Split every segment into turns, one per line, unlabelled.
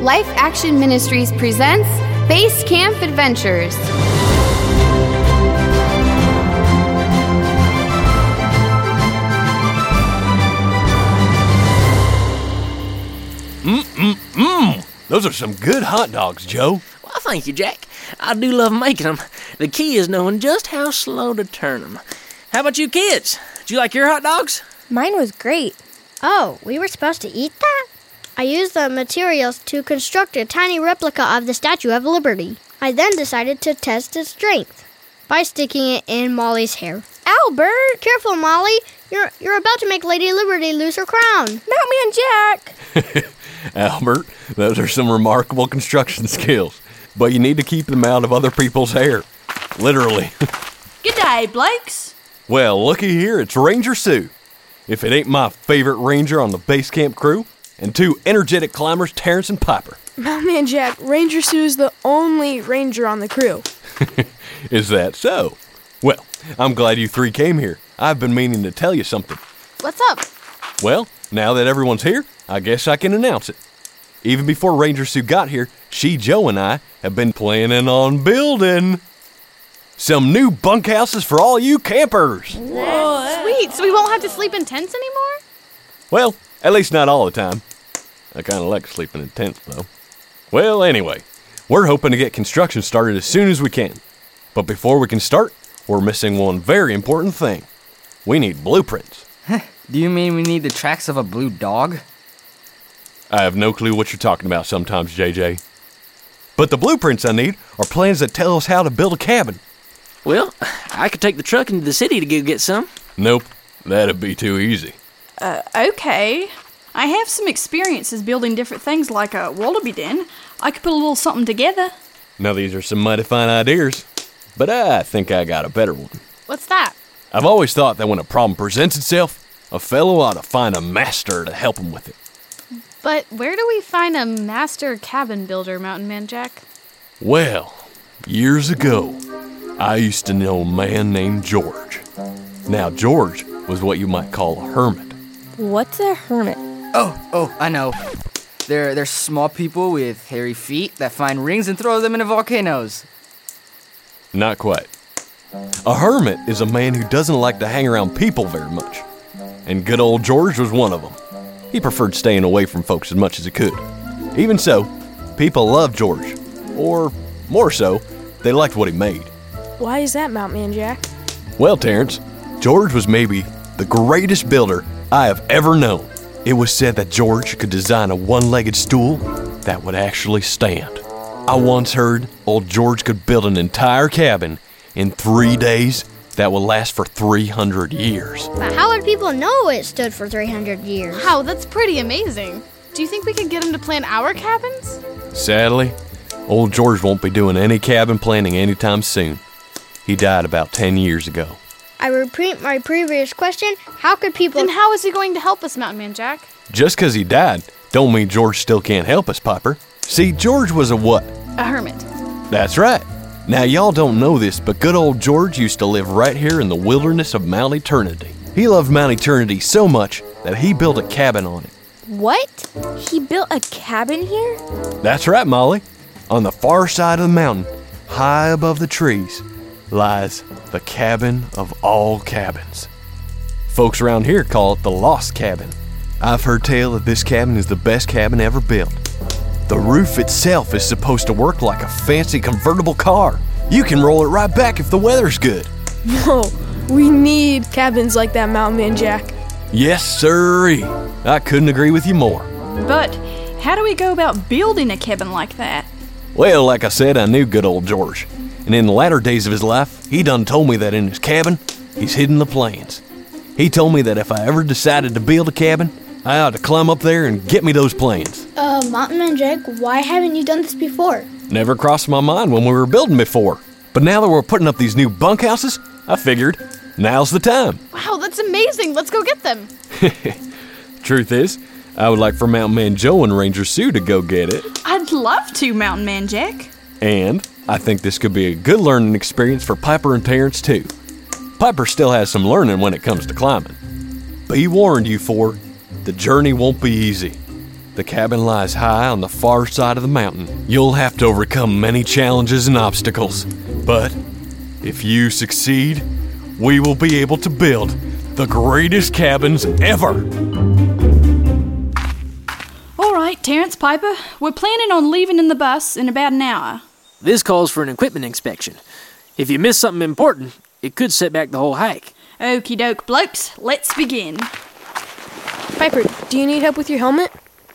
Life Action Ministries presents Base Camp Adventures.
Those are some good hot dogs, Joe.
Well, thank you, Jack. I do love making 'em. The key is knowing just how slow to turn 'em. How about you kids? Do you like your hot dogs?
Mine was great.
Oh, we were supposed to eat that? I used the materials to construct a tiny replica of the Statue of Liberty. I then decided to test its strength by sticking it in Molly's hair. Albert! Careful, Molly! You're, you're about to make Lady Liberty lose her crown.
Not me and Jack.
Albert, those are some remarkable construction skills, but you need to keep them out of other people's hair. Literally.
G'day, Blakes.
well, looky here, it's Ranger Sue. If it ain't my favorite ranger on the base camp crew, and two energetic climbers, Terrence and Piper.
Not me and Jack. Ranger Sue's the only ranger on the crew.
Is that so? Well, I'm glad you three came here. I've been meaning to tell you something.
What's up?
Well, now that everyone's here, I guess I can announce it. Even before Ranger Sue got here, she, Joe, and I have been planning on building some new bunkhouses for all you campers.
Sweet, so we won't have to sleep in tents anymore?
Well, at least not all the time. I kind of like sleeping in tents, though. Well, anyway, we're hoping to get construction started as soon as we can. But before we can start, we're missing one very important thing we need blueprints.
Do you mean we need the tracks of a blue dog?
I have no clue what you're talking about sometimes, JJ. But the blueprints I need are plans that tell us how to build a cabin.
Well, I could take the truck into the city to go get some.
Nope, that'd be too easy.
Okay. I have some experiences building different things like a wallaby den. I could put a little something together.
Now, these are some mighty fine ideas, but I think I got a better one.
What's that?
I've always thought that when a problem presents itself, a fellow ought to find a master to help him with it.
But where do we find a master cabin builder, Mountain Man Jack?
Well, years ago, I used to know a man named George. Now, George was what you might call a hermit.
What's a hermit?
Oh, oh, I know. They're, they're small people with hairy feet that find rings and throw them into volcanoes.
Not quite. A hermit is a man who doesn't like to hang around people very much. And good old George was one of them. He preferred staying away from folks as much as he could. Even so, people loved George. Or, more so, they liked what he made.
Why is that, Mount Man Jack?
Well, Terrence, George was maybe the greatest builder I have ever known. It was said that George could design a one legged stool that would actually stand. I once heard old George could build an entire cabin in three days that would last for 300 years.
But how would people know it stood for 300 years?
Wow, that's pretty amazing. Do you think we could get him to plan our cabins?
Sadly, old George won't be doing any cabin planning anytime soon. He died about 10 years ago.
I repeat my previous question how could people.
Then how is he going to help us, Mountain Man Jack?
Just 'cause he died, don't mean George still can't help us, Piper. See, George was a what?
A hermit.
That's right. Now, y'all don't know this, but good old George used to live right here in the wilderness of Mount Eternity. He loved Mount Eternity so much that he built a cabin on it.
What? He built a cabin here?
That's right, Molly. On the far side of the mountain, high above the trees, lies the cabin of all cabins. Folks around here call it the Lost Cabin. I've heard tale that this cabin is the best cabin ever built. The roof itself is supposed to work like a fancy convertible car. You can roll it right back if the weather's good.
No. Oh, We need cabins like that, Mountain Man Jack.
Yes, sirree. I couldn't agree with you more.
But how do we go about building a cabin like that?
Well, like I said, I knew good old George. And in the latter days of his life, he done told me that in his cabin, he's hidden the plans. He told me that if I ever decided to build a cabin, I ought to climb up there and get me those plans.
Uh, Mountain Man Jack, why haven't you done this before?
Never crossed my mind when we were building before. But now that we're putting up these new bunkhouses, I figured now's the time.
Wow, that's amazing. Let's go get them.
Truth is, I would like for Mountain Man Joe and Ranger Sue to go get it.
I'd love to, Mountain Man Jack.
And I think this could be a good learning experience for Piper and Terrence, too. Piper still has some learning when it comes to climbing. Be warned, you four, the journey won't be easy. The cabin lies high on the far side of the mountain. You'll have to overcome many challenges and obstacles, but if you succeed, we will be able to build the greatest cabins ever.
All right, Terrence Piper, we're planning on leaving in the bus in about an hour.
This calls for an equipment inspection. If you miss something important, it could set back the whole hike.
Okie doke, blokes, let's begin.
Piper, do you need help with your helmet?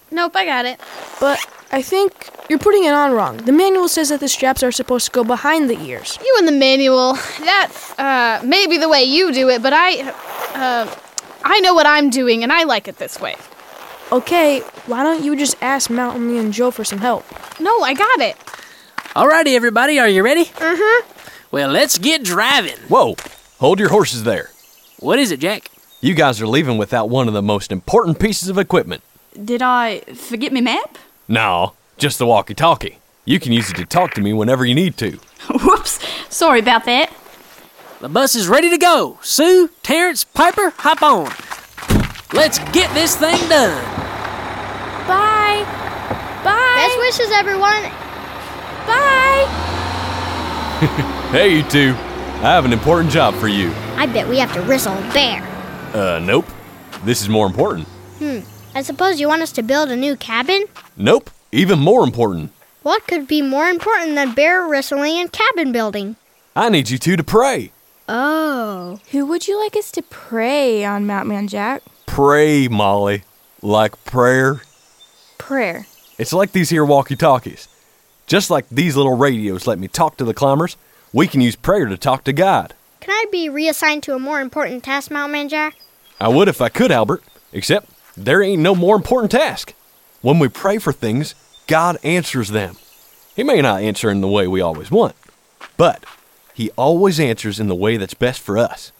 Nope, I got it.
But I think you're putting it on wrong. The manual says that the straps are supposed to go behind the ears.
You in the manual. That's uh, maybe the way you do it, but I, uh, I know what I'm doing, and I like it this way.
Okay, why don't you just ask Mountain Lee and Joe for some help?
No, I got it.
Alrighty, everybody, are you ready? Mm-hmm. Well, let's get driving.
Whoa, hold your horses there.
What is it, Jack?
You guys are leaving without one of the most important pieces of equipment.
Did I forget my map?
No, just the walkie talkie. You can use it to talk to me whenever you need to.
Whoops, sorry about that.
The bus is ready to go. Sue, Terrence, Piper, hop on. Let's get this thing done.
Bye.
Best
Bye.
wishes, everyone.
Bye.
Hey, you two, I have an important job for you.
I bet we have to wrestle a bear.
Uh, nope. This is more important.
I suppose you want us to build a new cabin?
Nope, even more important.
What could be more important than bear wrestling and cabin building?
I need you two to pray.
Oh.
Who would you like us to pray on Mount Man Jack?
Pray, Molly. Like prayer.
Prayer.
It's like these here walkie talkies. Just like these little radios let me talk to the climbers, we can use prayer to talk to God.
Can I be reassigned to a more important task, Mountain Man Jack?
I would if I could, Albert, except there ain't no more important task. When we pray for things, God answers them. He may not answer in the way we always want, but He always answers in the way that's best for us.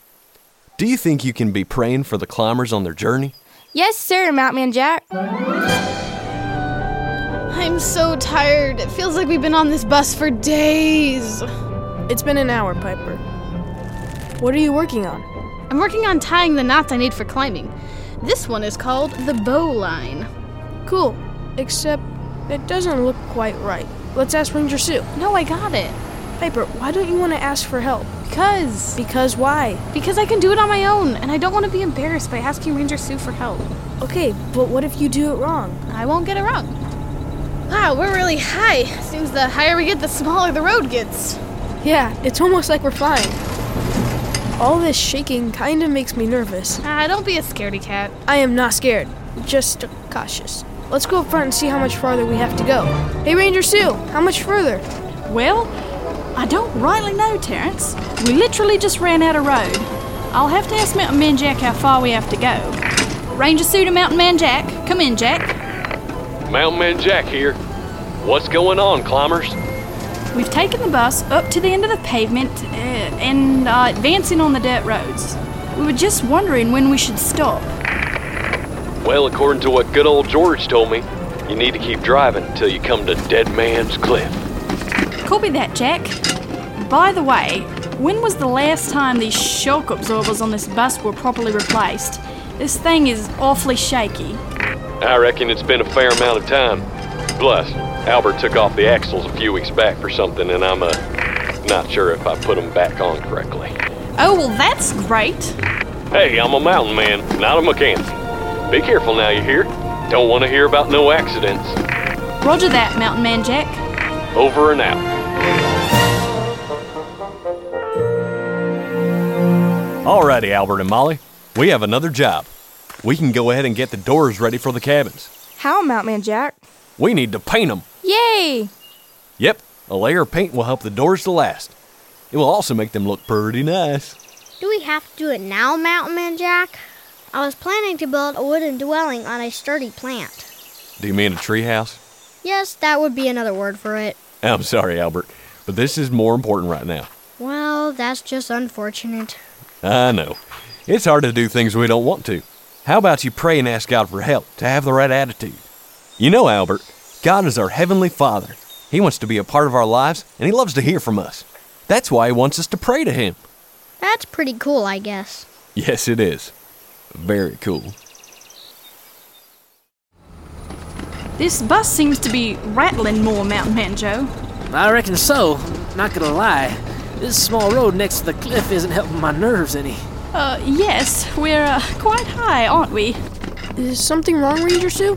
Do you think you can be praying for the climbers on their journey?
Yes, sir, Mount Man Jack.
I'm so tired. It feels like we've been on this bus for days.
It's been an hour, Piper. What are you working on?
I'm working on tying the knots I need for climbing. This one is called the bow line.
Cool, except that doesn't look quite right. Let's ask Ranger Sue.
No, I got it.
Piper, why don't you want to ask for help?
Because
Because why?
because I can do it on my own, and I don't want to be embarrassed by asking Ranger Sue for help.
Okay, but what if you do it wrong?
I won't get it wrong. Wow, we're really high. Seems the higher we get, the smaller the road gets.
Yeah, it's almost like we're flying. All this shaking kind of makes me nervous.
Ah, don't be a scaredy cat.
I am not scared, just cautious. Let's go up front and see how much farther we have to go. Hey, Ranger Sue, how much further?
Well, I don't rightly know, Terrence. We literally just ran out of road. I'll have to ask Mountain Man Jack how far we have to go. Ranger Sue to Mountain Man Jack. Come in, Jack.
Mountain Man Jack here. What's going on, climbers?
We've taken the bus up to the end of the pavement uh, and are advancing on the dirt roads. We were just wondering when we should stop.
Well, according to what good old George told me, you need to keep driving till you come to Dead Man's Cliff.
Copy that, Jack. By the way, when was the last time these shock absorbers on this bus were properly replaced? This thing is awfully shaky.
I reckon it's been a fair amount of time. Plus, Albert took off the axles a few weeks back for something, and I'm uh, not sure if I put them back on correctly.
Oh, well, that's great.
Hey, I'm a mountain man, not a mechanic. Be careful now, you hear? Don't want to hear about no accidents.
Roger that, Mountain Man Jack.
Over and out. Alrighty, Albert and Molly, we have another job. We can go ahead and get the doors ready for the cabins.
How, Mount Man Jack?
We need to paint them.
Yay!
Yep, a layer of paint will help the doors to last. It will also make them look pretty nice.
Do we have to do it now, Mountain Man Jack? I was planning to build a wooden dwelling on a sturdy plant.
Do you mean a treehouse?
Yes, that would be another word for it.
I'm sorry, Albert, but this is more important right now.
Well, that's just unfortunate.
I know. It's hard to do things we don't want to. How about you pray and ask God for help to have the right attitude? You know, Albert, God is our Heavenly Father. He wants to be a part of our lives and He loves to hear from us. That's why He wants us to pray to Him.
That's pretty cool, I guess.
Yes, it is. Very cool.
This bus seems to be rattling more, Mountain Man Joe.
I reckon so. Not gonna lie. This small road next to the cliff isn't helping my nerves any.
Uh, yes, we're uh, quite high, aren't we?
Is something wrong, Ranger Sue?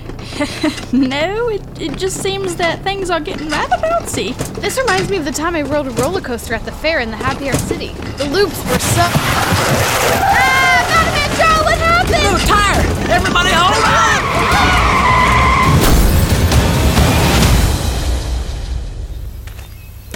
No, it, it just seems that things are getting rather bouncy.
This reminds me of the time I rode a roller coaster at the fair in the Happy Air City. The loops were so. Ah, Mountain Man Joe, what happened?
Everybody hold on!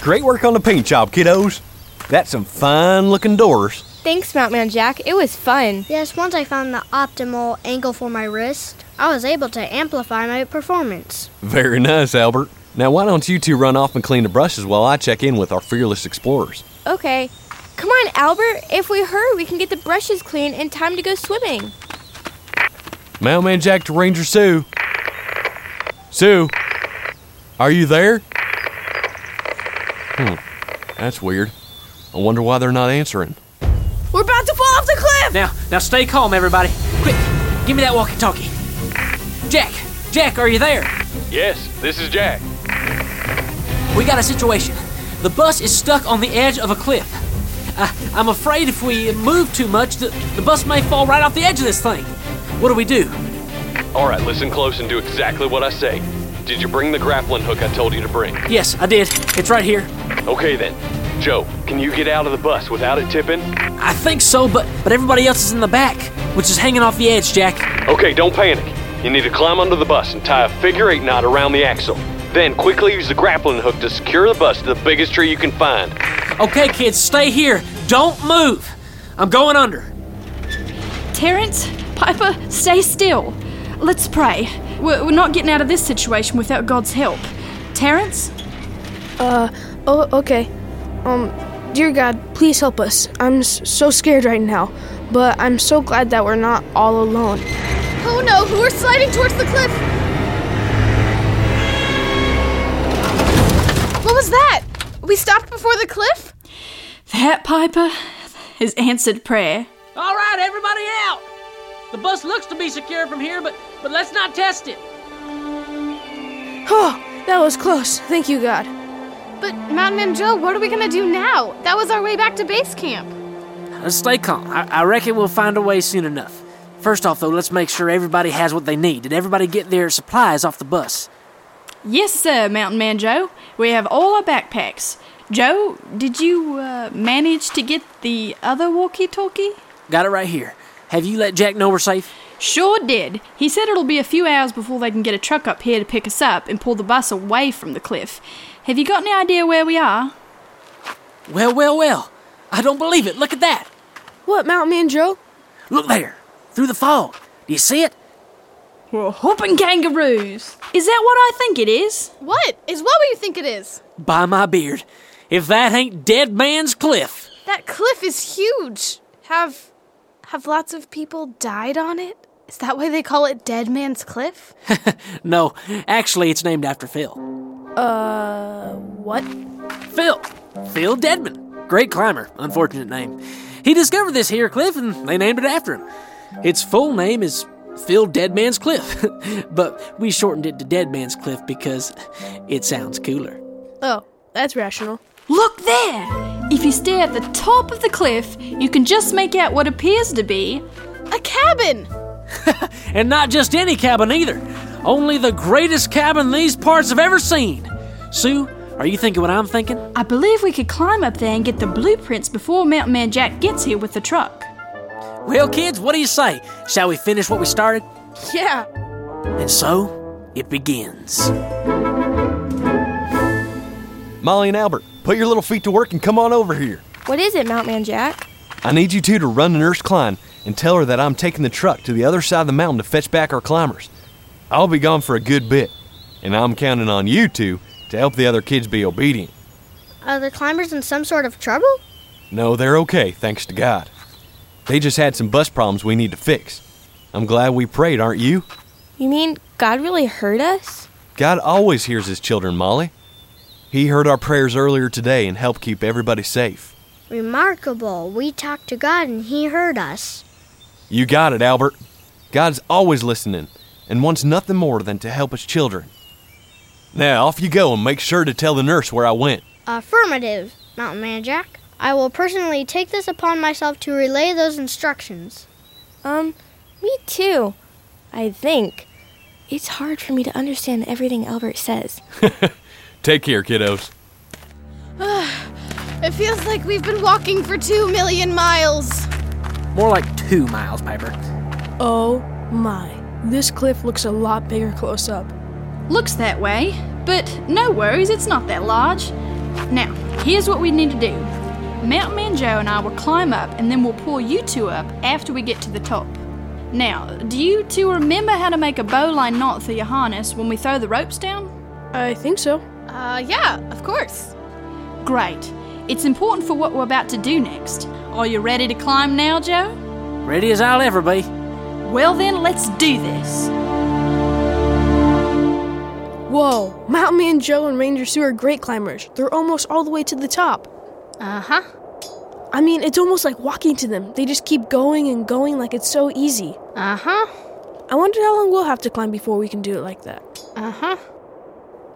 Great work on the paint job, kiddos. That's some fine looking doors.
Thanks, Mount Man Jack. It was fun.
Yes, once I found the optimal angle for my wrist, I was able to amplify my performance.
Very nice, Albert. Now, why don't you two run off and clean the brushes while I check in with our fearless explorers?
Okay. Come on, Albert. If we hurry, we can get the brushes clean in time to go swimming.
Mailman Jack to Ranger Sue. Sue, are you there? Hmm, that's weird. I wonder why they're not answering.
We're about to fall off the cliff!
Now, now stay calm, everybody. Quick, give me that walkie-talkie. Jack, Jack, are you there?
Yes, this is Jack.
We got a situation. The bus is stuck on the edge of a cliff. I, I'm afraid if we move too much, the, the bus may fall right off the edge of this thing. What do we do?
All right, listen close and do exactly what I say. Did you bring the grappling hook I told you to bring?
Yes, I did. It's right here.
Okay then. Joe, can you get out of the bus without it tipping?
I think so, but but everybody else is in the back, which is hanging off the edge, Jack.
Okay, don't panic. You need to climb under the bus and tie a figure eight knot around the axle. Then quickly use the grappling hook to secure the bus to the biggest tree you can find.
Okay, kids, stay here. Don't move. I'm going under.
Terrence, Piper, stay still. Let's pray. We're, we're not getting out of this situation without God's help. Terrence?
Oh, okay. Um, dear God, please help us. I'm s- so scared right now, but I'm so glad that we're not all alone.
Oh no, we're sliding towards the cliff. What was that? We stopped before the cliff?
That, Piper, is answered prayer.
All right, everybody out. The bus looks to be secure from here, but but let's not test it.
Oh, that was close. Thank you, God.
But Mountain Man Joe, what are we gonna do now? That was our way back to base camp.
Let's Uh, stay calm. I, I reckon we'll find a way soon enough. First off, though, let's make sure everybody has what they need. Did everybody get their supplies off the bus?
Yes, sir, Mountain Man Joe. We have all our backpacks. Joe, did you uh, manage to get the other walkie talkie?
Got it right here. Have you let Jack know we're safe?
Sure did. He said it'll be a few hours before they can get a truck up here to pick us up and pull the bus away from the cliff. Have you got any idea where we are?
Well, well, well. I don't believe it. Look at that.
What, Mountain Man Joe?
Look there. Through the fog. Do you see it?
We're hooping kangaroos. Is that what I think it is?
What? Is what you think it is?
By my beard. If that ain't Dead Man's Cliff.
That cliff is huge. Have have lots of people died on it? Is that why they call it Dead Man's Cliff?
No, actually, it's named after Phil.
Uh, what?
Phil. Phil Deadman. Great climber. Unfortunate name. He discovered this here cliff and they named it after him. Its full name is Phil Deadman's Cliff, but we shortened it to Deadman's Cliff because it sounds cooler.
Oh, that's rational.
Look there! If you stare at the top of the cliff, you can just make out what appears to be
A cabin!
And not just any cabin either. Only the greatest cabin these parts have ever seen. Sue, are you thinking what I'm thinking?
I believe we could climb up there and get the blueprints before Mountain Man Jack gets here with the truck.
Well, kids, what do you say? Shall we finish what we started?
Yeah.
And so, it begins.
Molly and Albert, put your little feet to work and come on over here.
What is it, Mount Man Jack?
I need you two to run to Nurse Klein and tell her that I'm taking the truck to the other side of the mountain to fetch back our climbers. I'll be gone for a good bit, and I'm counting on you two to help the other kids be obedient.
Are the climbers in some sort of trouble?
No, they're okay, thanks to God. They just had some bus problems we need to fix. I'm glad we prayed, aren't you?
You mean God really hurt us?
God always hears his children, Molly. He heard our prayers earlier today and helped keep everybody safe.
Remarkable. We talked to God and He heard us.
You got it, Albert. God's always listening and wants nothing more than to help his children. Now off you go and make sure to tell the nurse where I went.
Affirmative, Mountain Man Jack. I will personally take this upon myself to relay those instructions.
Um, me too. I think. It's hard for me to understand everything Albert says.
Take care, kiddos.
It feels like we've been walking for two million miles.
More like two miles, Piper.
Oh my. This cliff looks a lot bigger close up.
Looks that way, but no worries, it's not that large. Now, here's what we need to do Mountain Man Joe and I will climb up, and then we'll pull you two up after we get to the top. Now, do you two remember how to make a bowline knot through your harness when we throw the ropes down?
I think so.
Uh, yeah, of course.
Great. It's important for what we're about to do next. Are you ready to climb now, Joe?
Ready as I'll ever be.
Well, then, let's do this.
Whoa. Mountain Man Joe and Ranger Sue are great climbers. They're almost all the way to the top.
Uh huh.
I mean, it's almost like walking to them. They just keep going and going like it's so easy.
Uh huh.
I wonder how long we'll have to climb before we can do it like that.
Uh huh.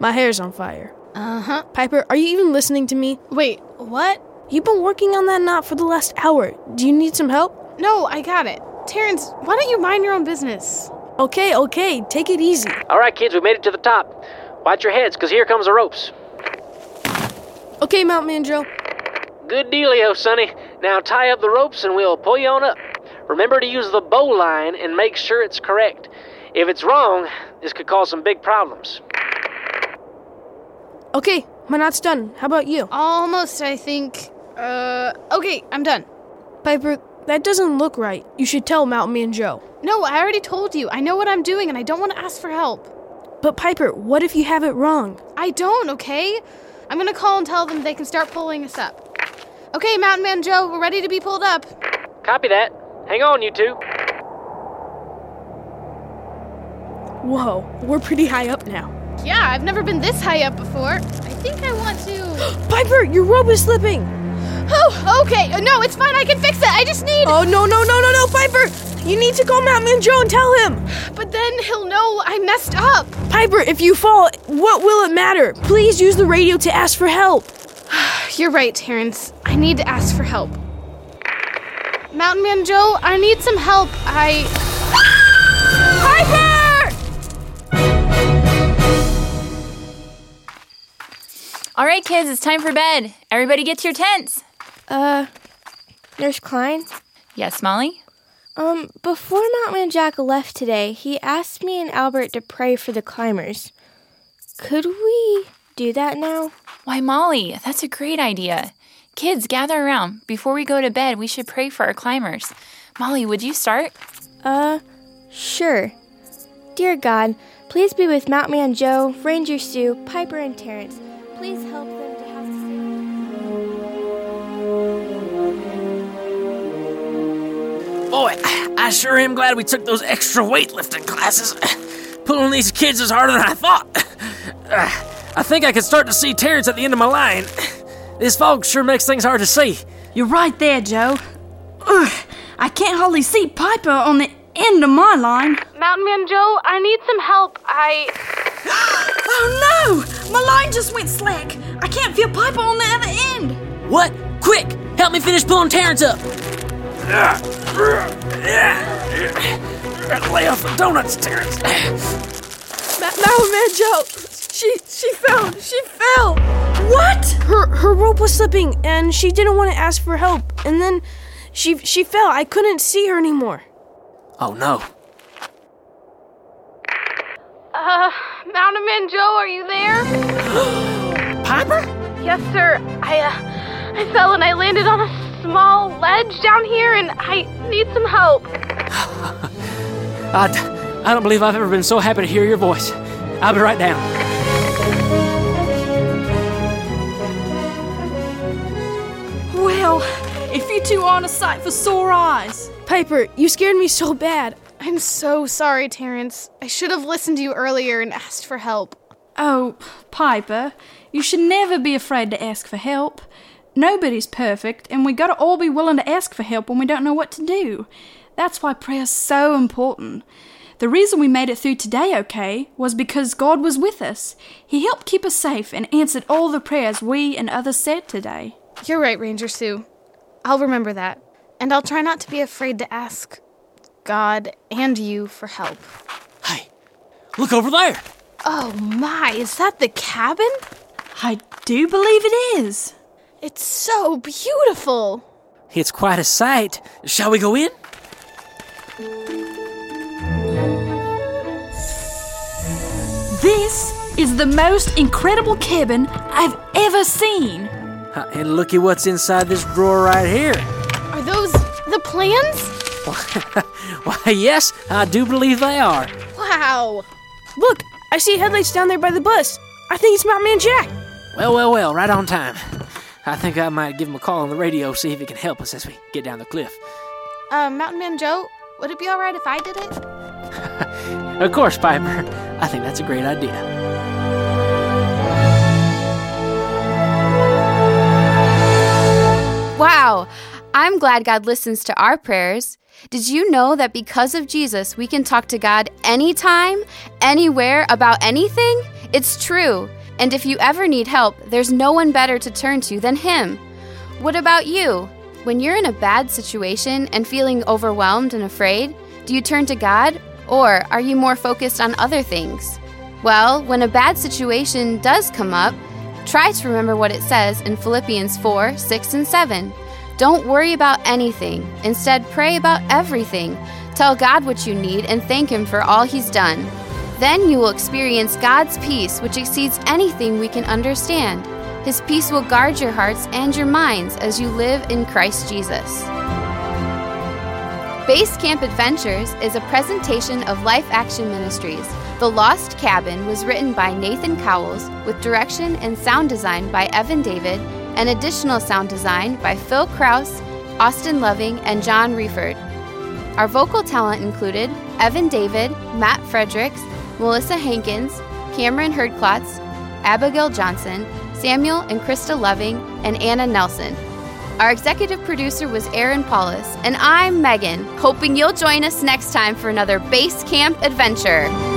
My hair's on fire.
Uh huh.
Piper, are you even listening to me?
Wait, what?
You've been working on that knot for the last hour. Do you need some help?
No, I got it. Terrence, why don't you mind your own business?
Okay, okay, take it easy.
All right, kids, we made it to the top. Watch your heads, because here comes the ropes.
Okay, Mountain Man Joe.
Good dealio, Sonny. Now tie up the ropes and we'll pull you on up. Remember to use the bow line and make sure it's correct. If it's wrong, this could cause some big problems.
Okay, my knot's done. How about you?
Almost, I think. Uh, okay, I'm done.
Piper, that doesn't look right. You should tell Mountain Man Joe.
No, I already told you. I know what I'm doing and I don't want to ask for help.
But Piper, what if you have it wrong?
I don't, okay? I'm gonna call and tell them they can start pulling us up. Okay, Mountain Man Joe, we're ready to be pulled up.
Copy that. Hang on, you two.
Whoa, we're pretty high up now.
Yeah, I've never been this high up before. I think I want to.
Piper, your rope is slipping.
oh, okay. No, it's fine. I can fix it. I just need.
Oh no no no no no, Piper! You need to call Mountain Man Joe and tell him.
But then he'll know I messed up.
Piper, if you fall, what will it matter? Please use the radio to ask for help.
You're right, Terrence. I need to ask for help. Mountain Man Joe, I need some help. I. Piper!
All right, kids, it's time for bed. Everybody get to your tents.
Uh, Nurse Klein?
Yes, Molly?
Um, before Mountain Jack left today, he asked me and Albert to pray for the climbers. Could we do that now?
Why, Molly, that's a great idea. Kids, gather around. Before we go to bed, we should pray for our climbers. Molly, would you start?
Uh, sure. Dear God, please be with Mountain Man Joe, Ranger Sue, Piper, and Terrence. Please help them to have safe.
Boy, I sure am glad we took those extra weightlifting classes. Pulling these kids is harder than I thought. I think I can start to see Terrence at the end of my line. This fog sure makes things hard to see.
You're right there, Joe. Ugh, I can't hardly see Piper on the end of my line.
Mountain Man Joe, I need some help. I.
Oh no! My line just went slack. I can't feel Piper on the other end.
What? Quick! Help me finish pulling Terrence up! Lay off the donuts, Terrence.
Ma- Mountain Man Joe, she she fell. She fell.
What?
Her her rope was slipping, and she didn't want to ask for help. And then she she fell. I couldn't see her anymore.
Oh no.
Uh, Mountain Man Joe, are you there?
Piper?
Yes, sir. I, uh, I fell and I landed on a small ledge down here and I need some help.
I, d- I don't believe I've ever been so happy to hear your voice. I'll be right down.
Well, if you two aren't a sight for sore eyes.
Piper, you scared me so bad.
I'm so sorry, Terrence. I should have listened to you earlier and asked for help.
Oh, Piper, you should never be afraid to ask for help. Nobody's perfect, and we gotta all be willing to ask for help when we don't know what to do. That's why prayer's so important. The reason we made it through today okay was because God was with us. He helped keep us safe and answered all the prayers we and others said today.
You're right, Ranger Sue. I'll remember that. And I'll try not to be afraid to ask God and you for help.
Look over there!
Oh my, is that the cabin?
I do believe it is.
It's so beautiful.
It's quite a sight. Shall we go in?
This is the most incredible cabin I've ever seen.
Uh, and looky what's inside this drawer right here.
Are those the plans?
Why, yes, I do believe they are.
Wow.
Look, I see headlights down there by the bus. I think it's Mountain Man Jack.
Well, well, well, right on time. I think I might give him a call on the radio, see if he can help us as we get down the cliff.
Uh, Mountain Man Joe, would it be all right if I did it?
Of course, Piper. I think that's a great idea.
Wow! I'm glad God listens to our prayers. Did you know that because of Jesus, we can talk to God anytime, anywhere, about anything? It's true. And if you ever need help, there's no one better to turn to than Him. What about you? When you're in a bad situation and feeling overwhelmed and afraid, do you turn to God or are you more focused on other things? Well, when a bad situation does come up, try to remember what it says in Philippians 4 6 and 7. Don't worry about anything, instead, pray about everything. Tell God what you need and thank Him for all He's done. Then you will experience God's peace, which exceeds anything we can understand. His peace will guard your hearts and your minds as you live in Christ Jesus. Base Camp Adventures is a presentation of Life Action Ministries. The Lost Cabin was written by Nathan Cowles with direction and sound design by Evan David and additional sound design by Phil Kraus, Austin Loving, and John Reeford. Our vocal talent included Evan David, Matt Fredericks, Melissa Hankins, Cameron Herdklotz, Abigail Johnson, Samuel and Krista Loving, and Anna Nelson. Our executive producer was Aaron Paulus, and I'm Megan, hoping you'll join us next time for another Base Camp adventure.